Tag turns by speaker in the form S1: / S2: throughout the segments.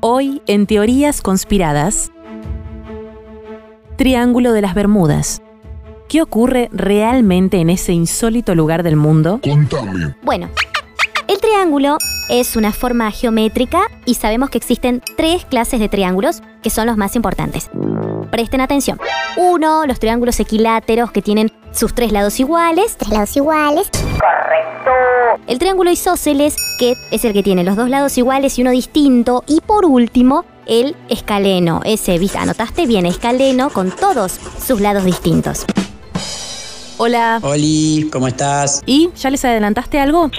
S1: Hoy, en Teorías Conspiradas, Triángulo de las Bermudas. ¿Qué ocurre realmente en ese insólito lugar del mundo?
S2: Contame.
S3: Bueno, el triángulo es una forma geométrica y sabemos que existen tres clases de triángulos que son los más importantes. Presten atención. Uno, los triángulos equiláteros que tienen sus tres lados iguales.
S4: tres lados iguales.
S3: El triángulo isósceles, que es el que tiene los dos lados iguales y uno distinto. Y por último, el escaleno. Ese, ¿viste? Anotaste bien, escaleno con todos sus lados distintos.
S1: Hola.
S5: Oli, ¿cómo estás?
S1: ¿Y? ¿Ya les adelantaste algo?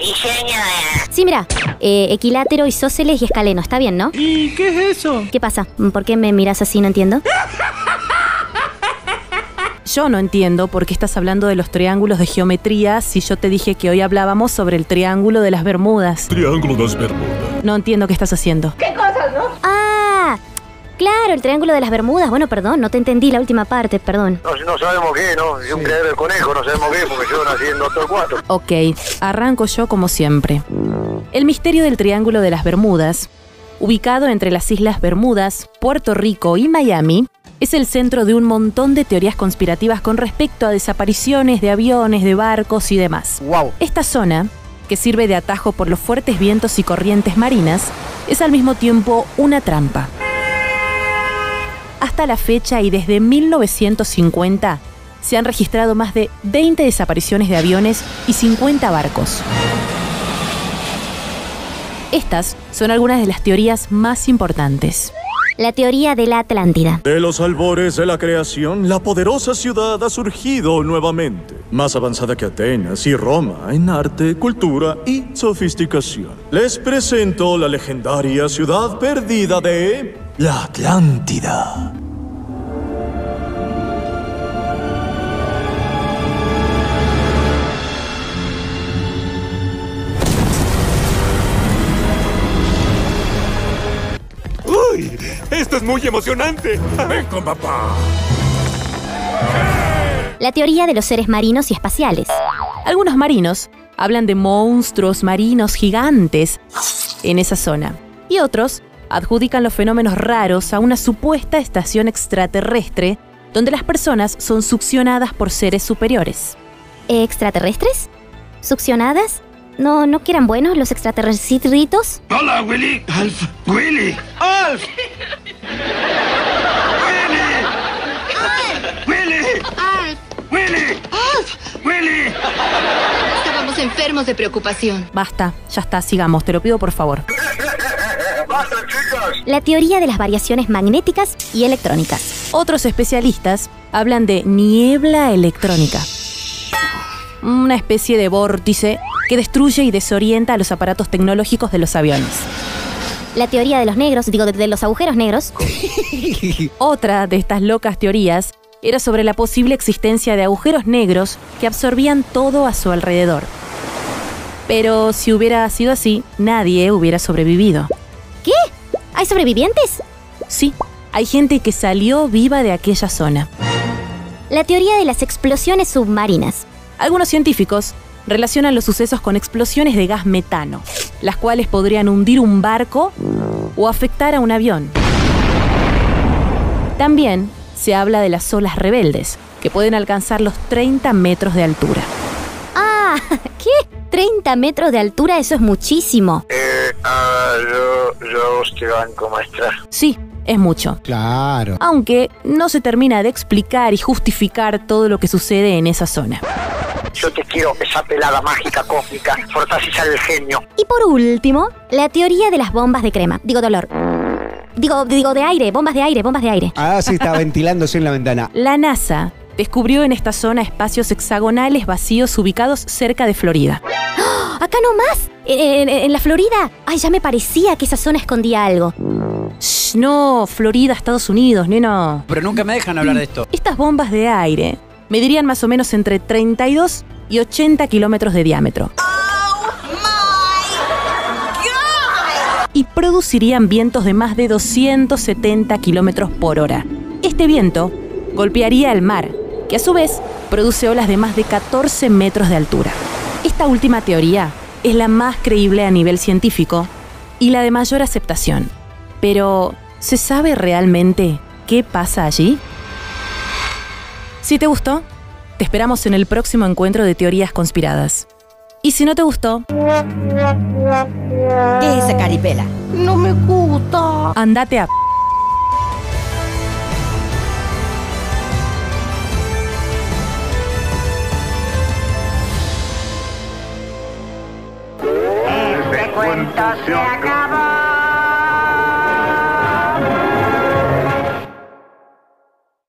S3: Sí, mira, eh, equilátero, isósceles y escaleno. Está bien, ¿no? ¿Y qué es eso? ¿Qué pasa? ¿Por qué me miras así? No entiendo.
S1: Yo no entiendo por qué estás hablando de los triángulos de geometría si yo te dije que hoy hablábamos sobre el Triángulo de las Bermudas.
S2: Triángulo de las Bermudas.
S1: No entiendo qué estás haciendo.
S3: Ah, claro, el Triángulo de las Bermudas. Bueno, perdón, no te entendí la última parte, perdón.
S6: No, no sabemos qué, ¿no? Es un criadero del conejo, no sabemos qué, porque yo nací en Doctor 4.
S1: Ok, arranco yo como siempre. El misterio del Triángulo de las Bermudas, ubicado entre las Islas Bermudas, Puerto Rico y Miami, es el centro de un montón de teorías conspirativas con respecto a desapariciones de aviones, de barcos y demás.
S5: Wow.
S1: Esta zona, que sirve de atajo por los fuertes vientos y corrientes marinas, es al mismo tiempo una trampa. Hasta la fecha y desde 1950, se han registrado más de 20 desapariciones de aviones y 50 barcos. Estas son algunas de las teorías más importantes.
S3: La teoría de la Atlántida.
S7: De los albores de la creación, la poderosa ciudad ha surgido nuevamente, más avanzada que Atenas y Roma en arte, cultura y sofisticación. Les presento la legendaria ciudad perdida de la Atlántida.
S2: ¡Uy! ¡Esto es muy emocionante! ¡Ven con papá!
S3: La teoría de los seres marinos y espaciales.
S1: Algunos marinos hablan de monstruos marinos gigantes en esa zona y otros adjudican los fenómenos raros a una supuesta estación extraterrestre donde las personas son succionadas por seres superiores.
S3: ¿Extraterrestres? ¿Succionadas? ¿No, no que eran buenos los extraterrestritos?
S6: ¡Hola, Willy! ¡Alf! ¡Willy! ¡Alf! ¡Willy!
S8: Alf,
S6: ¡Willy!
S8: Alf,
S6: ¡Willy!
S8: estábamos enfermos de preocupación.
S1: Basta, ya está, sigamos, te lo pido por favor.
S6: ¡Willy! ¡Basta, chicas!
S3: La teoría de las variaciones magnéticas y electrónicas.
S1: Otros especialistas hablan de niebla electrónica, una especie de vórtice que destruye y desorienta a los aparatos tecnológicos de los aviones.
S3: La teoría de los negros, digo, de, de los agujeros negros.
S1: Otra de estas locas teorías era sobre la posible existencia de agujeros negros que absorbían todo a su alrededor. Pero si hubiera sido así, nadie hubiera sobrevivido.
S3: ¿Qué? ¿Hay sobrevivientes?
S1: Sí, hay gente que salió viva de aquella zona.
S3: La teoría de las explosiones submarinas.
S1: Algunos científicos relacionan los sucesos con explosiones de gas metano, las cuales podrían hundir un barco o afectar a un avión. También se habla de las olas rebeldes, que pueden alcanzar los 30 metros de altura.
S3: Ah, ¿qué? 30 metros de altura, eso es muchísimo.
S6: Eh, ah, yo, yo, Esteban, ¿cómo estás?
S1: Sí, es mucho,
S5: Claro.
S1: aunque no se termina de explicar y justificar todo lo que sucede en esa zona.
S6: Yo te quiero esa pelada mágica cósmica. Fortás y sale el genio.
S3: Y por último, la teoría de las bombas de crema, digo dolor. Digo, digo de aire, bombas de aire, bombas de aire.
S5: Ah, sí, está ventilándose en la ventana.
S1: La NASA descubrió en esta zona espacios hexagonales vacíos ubicados cerca de Florida.
S3: ¡Ah! Acá nomás, en, en- en la Florida. Ay, ya me parecía que esa zona escondía algo.
S1: Shh, no, Florida, Estados Unidos, neno.
S5: Pero nunca me dejan hablar de esto.
S1: Estas bombas de aire medirían más o menos entre 32 y 80 kilómetros de diámetro. Y producirían vientos de más de 270 kilómetros por hora. Este viento golpearía el mar, que a su vez produce olas de más de 14 metros de altura. Esta última teoría es la más creíble a nivel científico y la de mayor aceptación. Pero, ¿se sabe realmente qué pasa allí? Si te gustó, te esperamos en el próximo encuentro de teorías conspiradas. Y si no te gustó,
S4: ¿Qué es esa caripela?
S1: andate a...
S6: cuento se acabó.